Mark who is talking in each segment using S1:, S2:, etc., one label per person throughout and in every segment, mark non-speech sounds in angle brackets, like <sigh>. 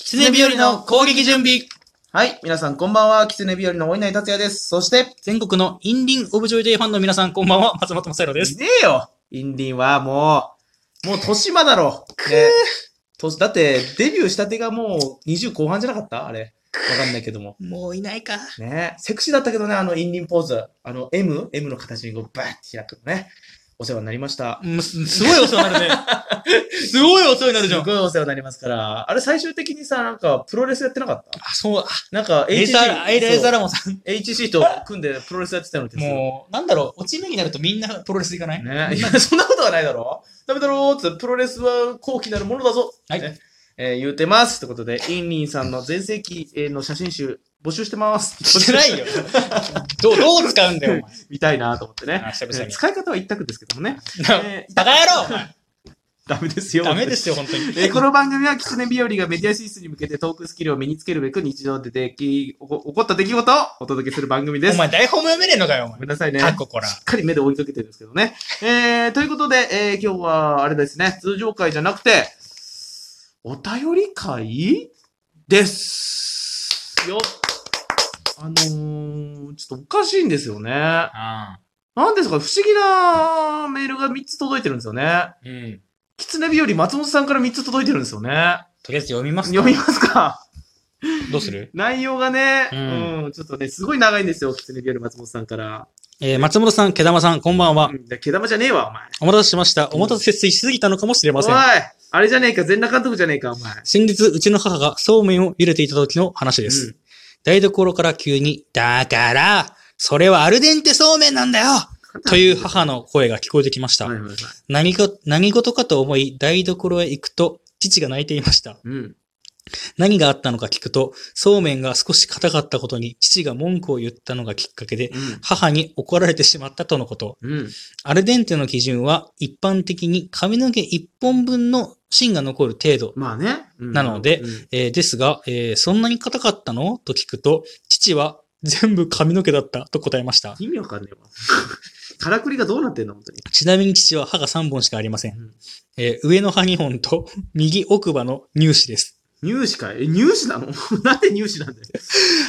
S1: 狐日和の攻撃準備
S2: はい、皆さんこんばんは、キツネ日和のお稲荷達也です。そして、
S1: 全国のインリンオブジョイデイファンの皆さん、こんばんは、松本正宏です。
S2: ねえよインディンはもう、もう年間だろ。ね、年だって、デビューしたてがもう20後半じゃなかったあれ。わかんないけども。
S1: もういないか。
S2: ねセクシーだったけどね、あのインディンポーズ。あの M?M の形にこうバーって開くのね。お世話になりました。
S1: うん、すすごいお世話になるね。 <laughs> すごいお世話になるじゃ
S2: す
S1: ん。
S2: ごいお世話になりますから。あれ最終的にさ、なんかプロレスやってなかった
S1: あ、そう、あ
S2: なんか
S1: エイザーラ、エイザーラモンさん。
S2: HC と組んでプロレスやってたのです
S1: もう、なんだろう、落ち目になるとみんなプロレス行かない、
S2: ね、いやそんなことはないだろダメだろうつってプロレスは高貴なるものだぞ、
S1: はい
S2: ねえー言うてますということで、インリンさんの全盛期えーの写真集募集してます。
S1: してないよ。どう、どう使うんだよ、
S2: 見たいなと思って
S1: お
S2: ね。
S1: 前。あ、久
S2: え
S1: 々
S2: ー
S1: に。
S2: 使い方は一択ですけどもね。えー
S1: バカ野郎お前
S2: ダメですよ。
S1: ダメですよ、本当に。
S2: えーこの番組は狐日和がメディア進出に向けてトークスキルを身につけるべく日常ででき起こ起こった出来事をお届けする番組で
S1: お
S2: す。
S1: 前、台本も読めねえのかよ、お
S2: ご
S1: 前
S2: めんなさい。ね。
S1: タコこら。
S2: しっかり目で追いかけてるんですけどね。えー、ということで、えー、今日は、あれですね、通常会じゃなくて、お便り会です。よ。あのー、ちょっとおかしいんですよね。な
S1: ああ。
S2: んですか、不思議なメールが3つ届いてるんですよね。
S1: うん。
S2: 狐日和松本さんから3つ届いてるんですよね。
S1: とりあえず読みます
S2: 読みますか
S1: どうする
S2: 内容がね、う
S1: うんん、
S2: ちょっとね、すごい長いんですよ、狐日和松本さんから。
S1: えー、松本さん、毛玉さん、こんばんは
S2: う。ん、毛玉じゃねえわ、お前。
S1: お待たせしました。お待たせしすぎたのかもしれません。
S2: おいあれじゃねえか、全裸監督じゃねえか、お前。
S1: 先日、うちの母がそうめんを茹でていた時の話です。
S2: うん
S1: 台所から急に、だから、それはアルデンテそうめんなんだよという母の声が聞こえてきました。
S2: はいはいはい。
S1: 何か、何事かと思い、台所へ行くと、父が泣いていました。
S2: うん。
S1: 何があったのか聞くと、そうめんが少し硬かったことに、父が文句を言ったのがきっかけで、母に怒られてしまったとのこと。
S2: うん。うん。
S1: アルデンテの基準は一般的に髪の毛1本分の芯が残る程度。
S2: まあね。うん
S1: なので
S2: うん
S1: えーですが、えーそんなに硬かったのと聞くと、父は全部髪の毛だったと答えました。
S2: 意味わかんねえわ。 <laughs> からくりがどうなってんの、本当に。
S1: ちなみに父は歯が3本しかありません。
S2: うん
S1: えー上の歯2本と右奥歯の乳歯です。
S2: 入試かいえ、入試なの <laughs> なんで入試なんだよ。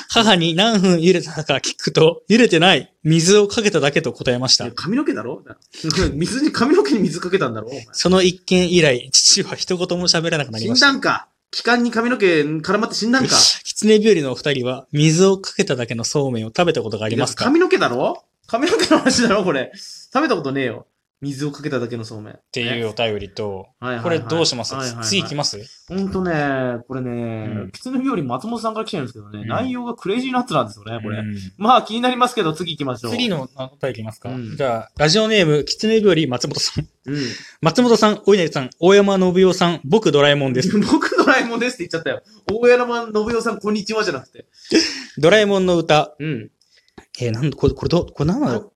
S1: 母に何分茹でたか聞くと、茹でてない、水をかけただけと答えまし
S2: い
S1: た
S2: や。髪の毛だろ <laughs> 水に、髪の毛に水かけたんだろお前
S1: その一件以来、父は一言も喋らなくなり
S2: 死
S1: ま
S2: ん
S1: した。
S2: だんか。気管に髪の毛絡まって死んだんか。
S1: 狐日和のお二人は、水をかけただけのそうめんを食べたことがありますか
S2: 髪の毛だろ髪の毛の話だろこれ。食べたことねえよ。水をかけただけのそうめん。っ
S1: っていうお便りと、
S2: はいはいはい
S1: これどうします、
S2: はいはいはい
S1: 次行きます
S2: ほんとね、これ
S1: う
S2: ね
S1: ん、
S2: キツネ日和松本さんから来てるんですけどね、
S1: うん
S2: 内容がクレイジーナッツなんですよね、これ。
S1: うん
S2: まあ気になりますけど、次行きましょう。
S1: 次のお便りいきますか、
S2: うん
S1: じゃあ、ラジオネーム、狐日和松本さん。
S2: うん。
S1: 松本さん、お稲荷さん、大山信夫さん、僕ドラえもんです。
S2: 僕ドラえもんですって言っちゃったよ。大山信代さん、こんにちはじゃなくて。
S1: ドラえもんの歌。
S2: うん。
S1: えー、なんだ、これ、これどう、これ何なの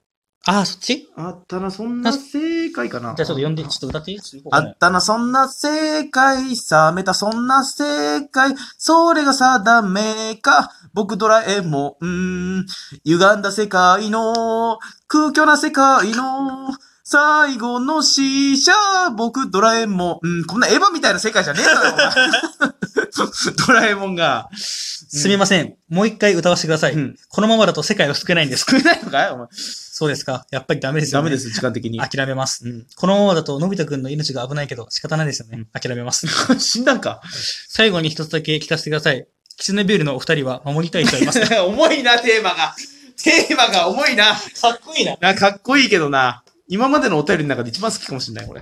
S1: ああ、そっちじ
S2: あったな、そんな正解か
S1: ゃ
S2: な。
S1: あちょっと読んで、ちょっと歌っていいちょっと
S2: あ
S1: わかんない
S2: ったな、そんな正解。冷めた、そんな正解。それが定めか。僕ドラえもん。歪んだ世界の、空虚な世界の、最後の死者、僕ドラえもん。こんなエヴァみたいな世界じゃねえだろお前、 <laughs> ドラえもんが。
S1: すみません。もう一回歌わせてください。
S2: うん
S1: このままだと世界は救えないんです。
S2: 食えないのかいお前。
S1: そうですか。やっぱりダメですよ、
S2: ダ
S1: ね。
S2: メです、時間的に。
S1: 諦めます。
S2: うん。
S1: このままだと、のび太くんの命が危ないけど、仕方ないですよね。
S2: うん
S1: 諦めます。
S2: 死んだん <laughs> か。
S1: 最後に一つだけ聞かせてください。キツネビュールのお二人は守りたい人い <laughs> ますか
S2: <laughs> 重いな、テーマが。テーマが重いな。
S1: かっこいいな。
S2: な、かっこいいけどな。今までのお便りの中で一番好きかもしれない、 <laughs> これ。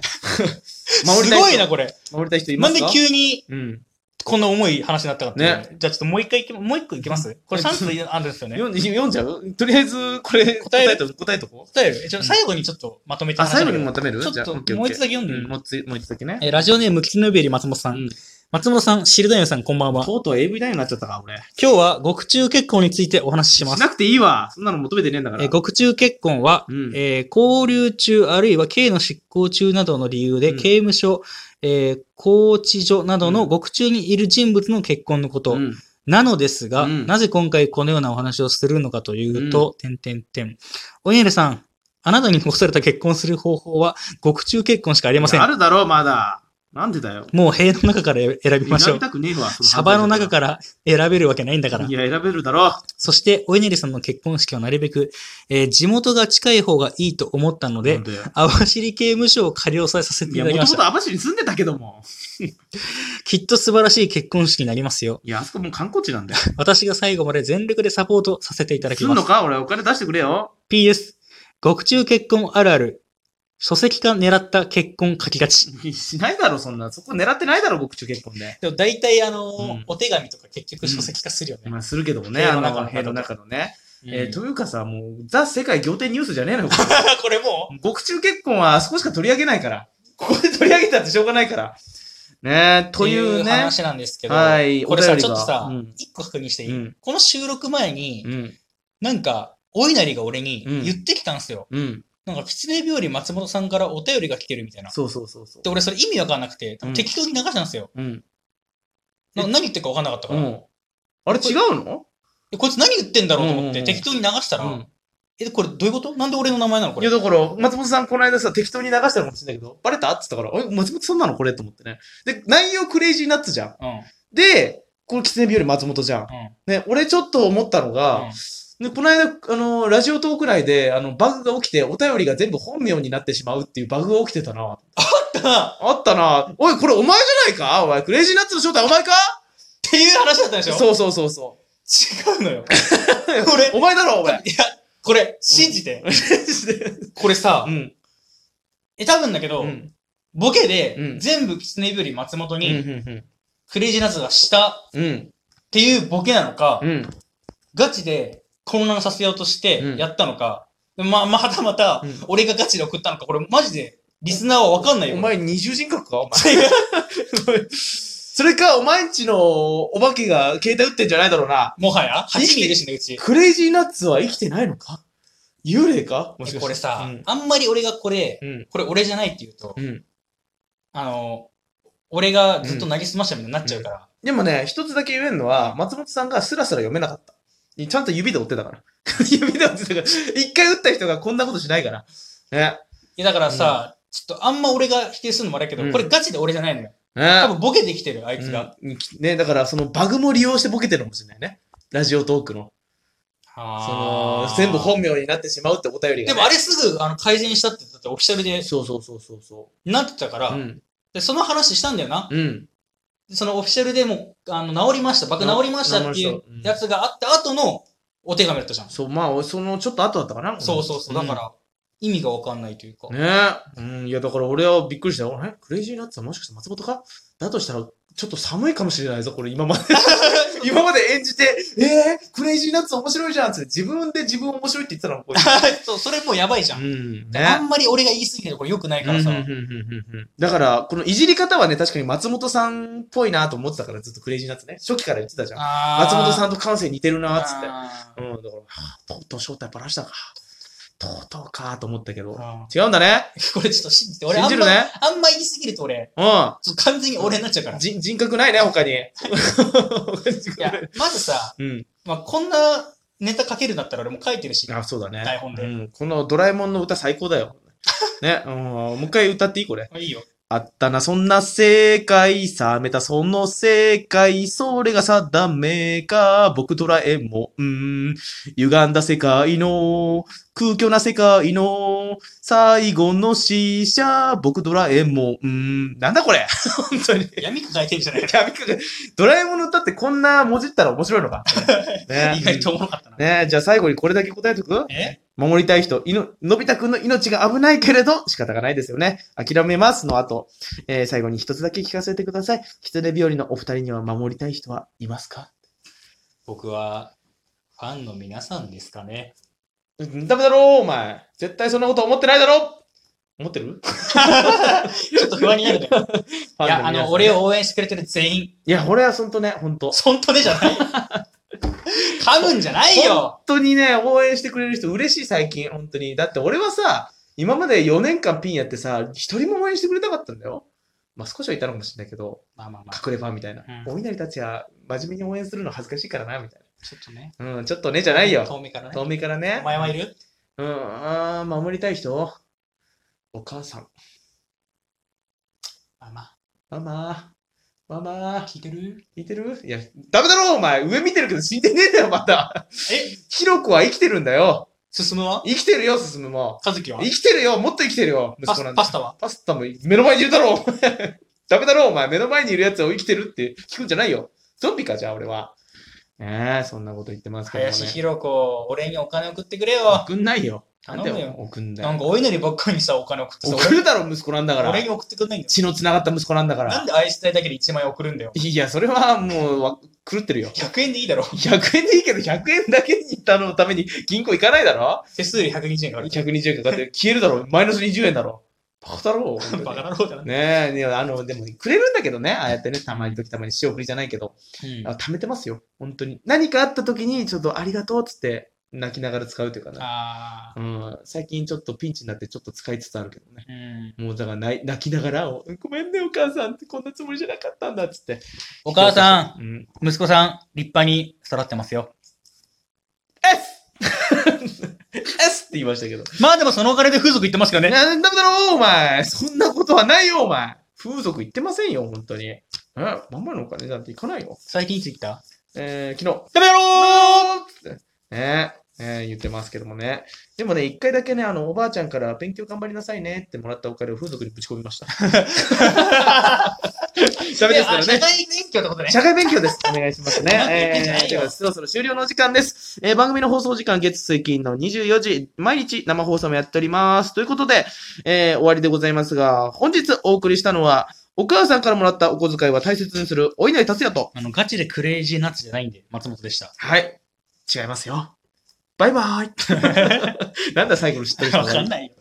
S2: 守り
S1: す
S2: たい人
S1: ごいな、これ。
S2: 守りたい人いま
S1: なん
S2: す
S1: で
S2: か
S1: 急に
S2: うん。
S1: こんな重い話になったかっていう。
S2: ね
S1: じゃあちょっともう一回いけ、もう一個いけますこれ3分あるんですよね。
S2: 読ん読んじゃうとりあえず、これ、
S1: 答える
S2: とこ、答えとこう
S1: 答える。えちょっと最後にちょっとまとめて
S2: あ、
S1: 話
S2: 最
S1: して
S2: 後に
S1: みよ
S2: まとめる
S1: ちょっと
S2: じゃあオッケー
S1: もう一度だけ読んでいい
S2: オッケーうんもうつもう一つだけね。
S1: えーラジオネーム、キツネビュール松本さん。
S2: うん
S1: 松本さん、シルダイオンさん、こんばんは。
S2: とうとう AV 男優になっちゃったか、俺。
S1: 今日は極中結婚についてお話しします
S2: し。なくていいわ。そんなの求めてねえんだか
S1: え
S2: ら
S1: ー。獄中結婚は、
S2: うん
S1: えー勾留中あるいは刑の執行中などの理由で、
S2: うん
S1: 刑務所、えー拘置所などの獄中にいる人物の結婚のこと、
S2: うん
S1: なのですが、
S2: うん
S1: なぜ今回このようなお話をするのかというと、点点点。おねるさん、あなたに残された結婚する方法は、獄中結婚しかありません
S2: あ。るだろう、まだ。なんでだよ。
S1: もう塀の中から選びましょ
S2: 選
S1: う
S2: び。たくねえわ。そ
S1: シャバの中
S2: ら。
S1: から選べるわけないんだから
S2: い。や、選べるだろ
S1: そして、おいねりさんの結婚式はなるべく、えー地元が近い方がいいと思ったの
S2: う。
S1: で
S2: なん、だよ
S1: 網走刑務所を仮押さえさせて
S2: い
S1: い
S2: や、
S1: ただ
S2: も
S1: き
S2: と
S1: ま
S2: も
S1: した。
S2: と網走に住んでたけども。
S1: きっと素晴らしい結婚式になりますよ。
S2: いや、あそこもう観光地なんだよ。
S1: 私が最後まで全力でサポートさせていただき
S2: すん
S1: ま
S2: の
S1: す。
S2: か俺、お金出してくれよ。
S1: PS、獄中結婚あるある、書籍化狙った結婚書きがち。
S2: <laughs> しないだろ、そんな。そこ狙ってないだろ、僕中結婚で。
S1: でも大体あの
S2: ー
S1: お手紙とか結
S2: 局書籍
S1: 化するよ
S2: まあ、するけどもね、
S1: 塀
S2: あ
S1: の中
S2: の、
S1: の
S2: 塀の中のね。え
S1: え
S2: ー
S1: ー
S2: と
S1: と
S2: いうかさ、もう、ザ・世界仰天ニュースじゃねえのよ。こ <laughs>
S1: <laughs>
S2: れ
S1: これもう
S2: 獄中結婚はあそこしか取り上げないから。ここで取り上げたってしょうがないから。ねえ、という
S1: って
S2: ね。
S1: 話なんですけど、
S2: はい
S1: これ
S2: お
S1: さ、
S2: 便り
S1: ち
S2: が
S1: ょっとさ
S2: うん、
S1: 一、個確認していい、
S2: うん
S1: この収録前に、
S2: うん。
S1: なんか、お稲荷が俺に
S2: うん
S1: 言ってきたんですよ。
S2: うん。
S1: なんか、狐病理松本さんからお便りが来てるみたいな。
S2: そうそうそうそう
S1: で、。俺それ意味わかんなくて、
S2: うん
S1: 適当に流したんですよ。
S2: うん。
S1: な何言ってるかわかんなかったか
S2: う
S1: ら、
S2: ん。あれ違うの
S1: でこいつ何言ってんだろうと思っ
S2: うんうんう
S1: て
S2: ん
S1: 適当に流したら、
S2: うん
S1: え、これどういうことなんで俺の名前なのこ
S2: いや、
S1: れ。
S2: だから、松本さんこの間さ、適当に流したのかもしれないけど、バレたって言ったから、え、松本さんなのこれと思ってね。で、内容クレイジーナッツじゃん。
S1: うん。うん。
S2: で、この狐日和松本じゃん。ね、俺ちょっと思ったのが、でこの間、あの、ラジオトーク内で、あの、バグが起きて、お便りが全部本名になってしまうっていうバグが起きてたな。
S1: っ
S2: あったな。おい、これお前じゃないかお前、クレイジーナッツの正体お前か
S1: ていう話だったでしょ
S2: そうそうそうそ
S1: 違うのよ。 <laughs> 俺
S2: う。お前だろ、お
S1: いや
S2: 前。、
S1: これ、信じて。これさ、
S2: うん。
S1: え、多分だけ
S2: う
S1: ど、
S2: ん。
S1: ボケ
S2: う
S1: で
S2: ん、
S1: 全部狐いぶり松本
S2: うん。う
S1: に、
S2: ん。
S1: クレイジーナッツがしたっ
S2: うん。
S1: ていうボケなのか、
S2: うん。
S1: ガチで混乱させようとして
S2: うん
S1: やったのか、ま、またまた
S2: うん、
S1: 俺がガチで送ったのか、これマジで、リスナーはわかんないよ。
S2: お前二重人格かお前。
S1: 違う
S2: <laughs> それか、お前んちのお化けが携帯打ってんじゃないだろうな。
S1: もはや ?8 人いるしね、うち。
S2: クレイジーナッツは生きてないのか幽霊かもしかして。
S1: これさ、
S2: うん
S1: あんまり俺がこれ、
S2: うん。
S1: これ俺じゃないって言うと、
S2: うん。
S1: あの、俺がずっと投げすましたみたいになっちゃうから、
S2: でもね、一つだけ言えるのは、松本さんがスラスラ読めなかった。ちゃんと指で折ってたから。 <laughs> 指で折ってたから。一回打った人がこんなことしないから。ね。
S1: いやだからさ、ちょっとあんま俺が否定するのもあれだけど、
S2: うん
S1: これガチで俺じゃないのよ。
S2: ね
S1: 多分ボケできてる、あいつが。
S2: うんね、だからそのバグも利用してボケてるのかもしれないね。ラジオトークの。そ
S1: あ
S2: の
S1: ー、
S2: 全部本名になってしまうってお便り
S1: で
S2: が、ね。
S1: もあれすぐあの改善したって、だってオフィシャルで
S2: そうそうそうそうそ
S1: なってたから、
S2: う。うん。
S1: でその話したんだよな。
S2: うん。
S1: でそのオフィシャルでもうあの治りました、バカ治りましたってい
S2: 治り
S1: う
S2: ましたうん
S1: やつがあった後のお手紙だったじゃん。
S2: そう、まあ、そのちょっと後だったかな。
S1: そうそうそう。だから、意味がわかんないというか。
S2: うん。ねうん。いや、だから俺はびっくりしたよ。あれクレイジーナッツはもしかして松本かだとしたら、ちょっと寒いかもしれないぞ、これ今 <laughs> まで。今まで演じて、えー、クレイジーナッツ面白いじゃんっつって、自分で自分面白いって言ってたの、こい
S1: <laughs>
S2: つ
S1: そう、それもうやばいじゃん。
S2: ん。
S1: あ
S2: ね。
S1: んまり俺が言い過ぎてこれ良くないからさ。
S2: だから、このいじり方はね、確かに松本さんっぽいなと思ってたから、ずっとクレイジーナッツね。初期から言ってたじゃん。松
S1: 松
S2: 本さ
S1: ん
S2: んと感性似てるなっつって。
S1: あー
S2: うん、だから、はあとうとう正体ばらしたか。とうとうかと思ったけど。
S1: あ
S2: 違うんだね。
S1: ーこれちょっと信じて、俺あ
S2: 信
S1: ん
S2: じ
S1: ま
S2: るね。
S1: あんま言いすぎると俺、ち
S2: う
S1: ょっと完全に俺になっちゃう <laughs> から。
S2: ん。
S1: い
S2: 人人格ないね、他に。他に人格
S1: や
S2: ない、
S1: まずさ、
S2: <laughs> うん。
S1: まあ、こんなネタ書けるんだったら俺も書いてるし。
S2: あ、そうだね。
S1: 台本で
S2: うん。このドラえもんの歌最高
S1: <laughs>
S2: だよ。ね。うん。もう一回歌っていいこれ。
S1: まあいいよ。
S2: あったな、そんな世界、冷めたその世界、それが定めか、僕ドラえもん、歪んだ世界の、空虚な世界の、最後の死者、僕ドラえもん、なんだ
S1: <laughs>
S2: これ本当に。
S1: 闇抱えてるじゃない
S2: やびっくりドラえもんの歌ってこんなもじったら面白いの
S1: <laughs>
S2: か。ね
S1: 意外とおもろかったな。
S2: ねじゃあ最後にこれだけ答えとく
S1: え
S2: 守りたい人、いの、のび太くんの命が危ないけれど、仕方がないですよね。諦めますの後、えー最後に一つだけ聞かせてください。狐日和のお二人には守りたい人はいますか
S1: 僕は、ファンの皆さんですかね。
S2: うんダメだろう、お前。絶対そんなこと思ってないだろ思ってる
S1: ちょっと不安に
S2: <laughs>
S1: なるね。いや、あの、俺
S2: を。
S1: を応援してくれてる全員、
S2: いや、俺はほんとね、ほんと。
S1: 本当でじゃない
S3: <laughs>
S1: 噛むんじゃないよ
S2: 本当にね、応援してくれる人嬉しい最近、本当に。だって俺はさ、今まで4年間ピンやってさ、一人も応援してくれなかったんだよ。まあ、少しはいたのかもしれないけど、
S1: まあまあまあ、
S2: 隠れファンみたいな。
S1: うん
S2: お稲荷たちは真面目に応援するの恥ずかしいからな、みたい
S1: ちょっとね。
S2: な。うん、ちょっとね、じゃないよ。
S1: 遠目からね。
S2: 遠目からね。
S1: お前はいる
S2: うん、あー守りたい人お母さん。
S1: まあまあ。
S2: ママ、ママ、聞いてる聞いてるいや、ダメだろ、お前。上見てるけど死んでねえんだよ、また。
S3: え
S2: ヒロコは生きてるんだよ。
S3: 進むは
S2: 生きてるよ、進むも。
S3: 和樹は
S2: 生きてるよ、もっと生きてるよ、息
S3: パ
S2: 子なん
S3: ス
S2: だ
S3: パ。スタは
S2: パスタも目の前にいるだろ、お前。 <laughs> ダメだろ、お前。目の前にいるやつを生きてるって聞くんじゃないよ。ゾンビか、じゃあ、俺は。ねえ、そんなこと言ってますけどもね。
S3: 林弘子、俺にお金送ってくれよ。
S2: 送んないよ。
S3: 頼むよ
S2: なんで送ん
S3: な
S2: なんい。
S3: かお祈りばっかりにさ、お金送ってさ、
S2: 送るだろ、息子なんだか
S3: 俺
S2: ら
S3: 俺。に送ってくんないんだよ。
S2: 血の繋がった息子なんだか
S3: なん
S2: ら。
S3: で愛したいだけで1万円送るんだよ。
S2: いや、それはもうわ、狂ってるよ。
S3: 100円でいいだろ。
S2: 100円でいいけど、100円だけに頼むために銀行行かないだろ
S3: 手数料120円がある。
S2: ?120 円かかって消えるだろマイナス20円だろバカだろ本当に
S3: バカだろうだな。
S2: ねえ、ねあの、でも、くれるんだけどね、ああやってね、たまに時たまに塩振りじゃないけど、
S3: うん
S2: あ貯めてますよ、本当に。何かあった時に、ちょっとありがとうっつって、泣きながら使うというかな。
S3: あ
S2: うん、最近ちょっとピンチになって、ちょっと使いつつあるけどね。
S3: ー。うん。
S2: もうだから泣い泣きながら、おごめんね、お母さんって、こんなつもりじゃなかったんだっつって。
S1: お母さん、
S2: うん。
S1: 息子さん、立派に育ってますよ。
S2: S! <laughs> S って言いましたけど。
S1: まあでもそのお金で風俗行ってますけどね。
S2: ななんだろう、お前。そんなことはないよ、お前。風俗行ってませんよ、本当に。え、まんまのお金なんて行かないよ。
S1: 最近いつ行った
S2: えー、昨日。
S1: やめろ
S2: ねえー言ってますけどもね。でもね、一回だけね、あの、おばあちゃんから勉強頑張りなさいねってもらったお金を風俗にぶち込みま <laughs> した。ダメですからね
S3: 社。会勉強ってことね。
S2: 社会勉強です。お願いしますね。 <laughs>
S3: んじゃな
S2: え
S3: い
S2: ー、
S3: よ
S2: ではそろそろ終了の時間です。えー、番組の放送時間月水金の24時、毎日生放送もやっております。ということで、えー、終わりでございますが、本日お送りしたのは、お母さんからもらったお小遣いは大切にする、お稲荷達也と。
S1: あの、ガチでクレイジーナッツじゃないんで、松本でした。
S2: はい。 <laughs> 違いますよ。バイバーイ。なんだ最後の知ってる人
S3: わかんないよ。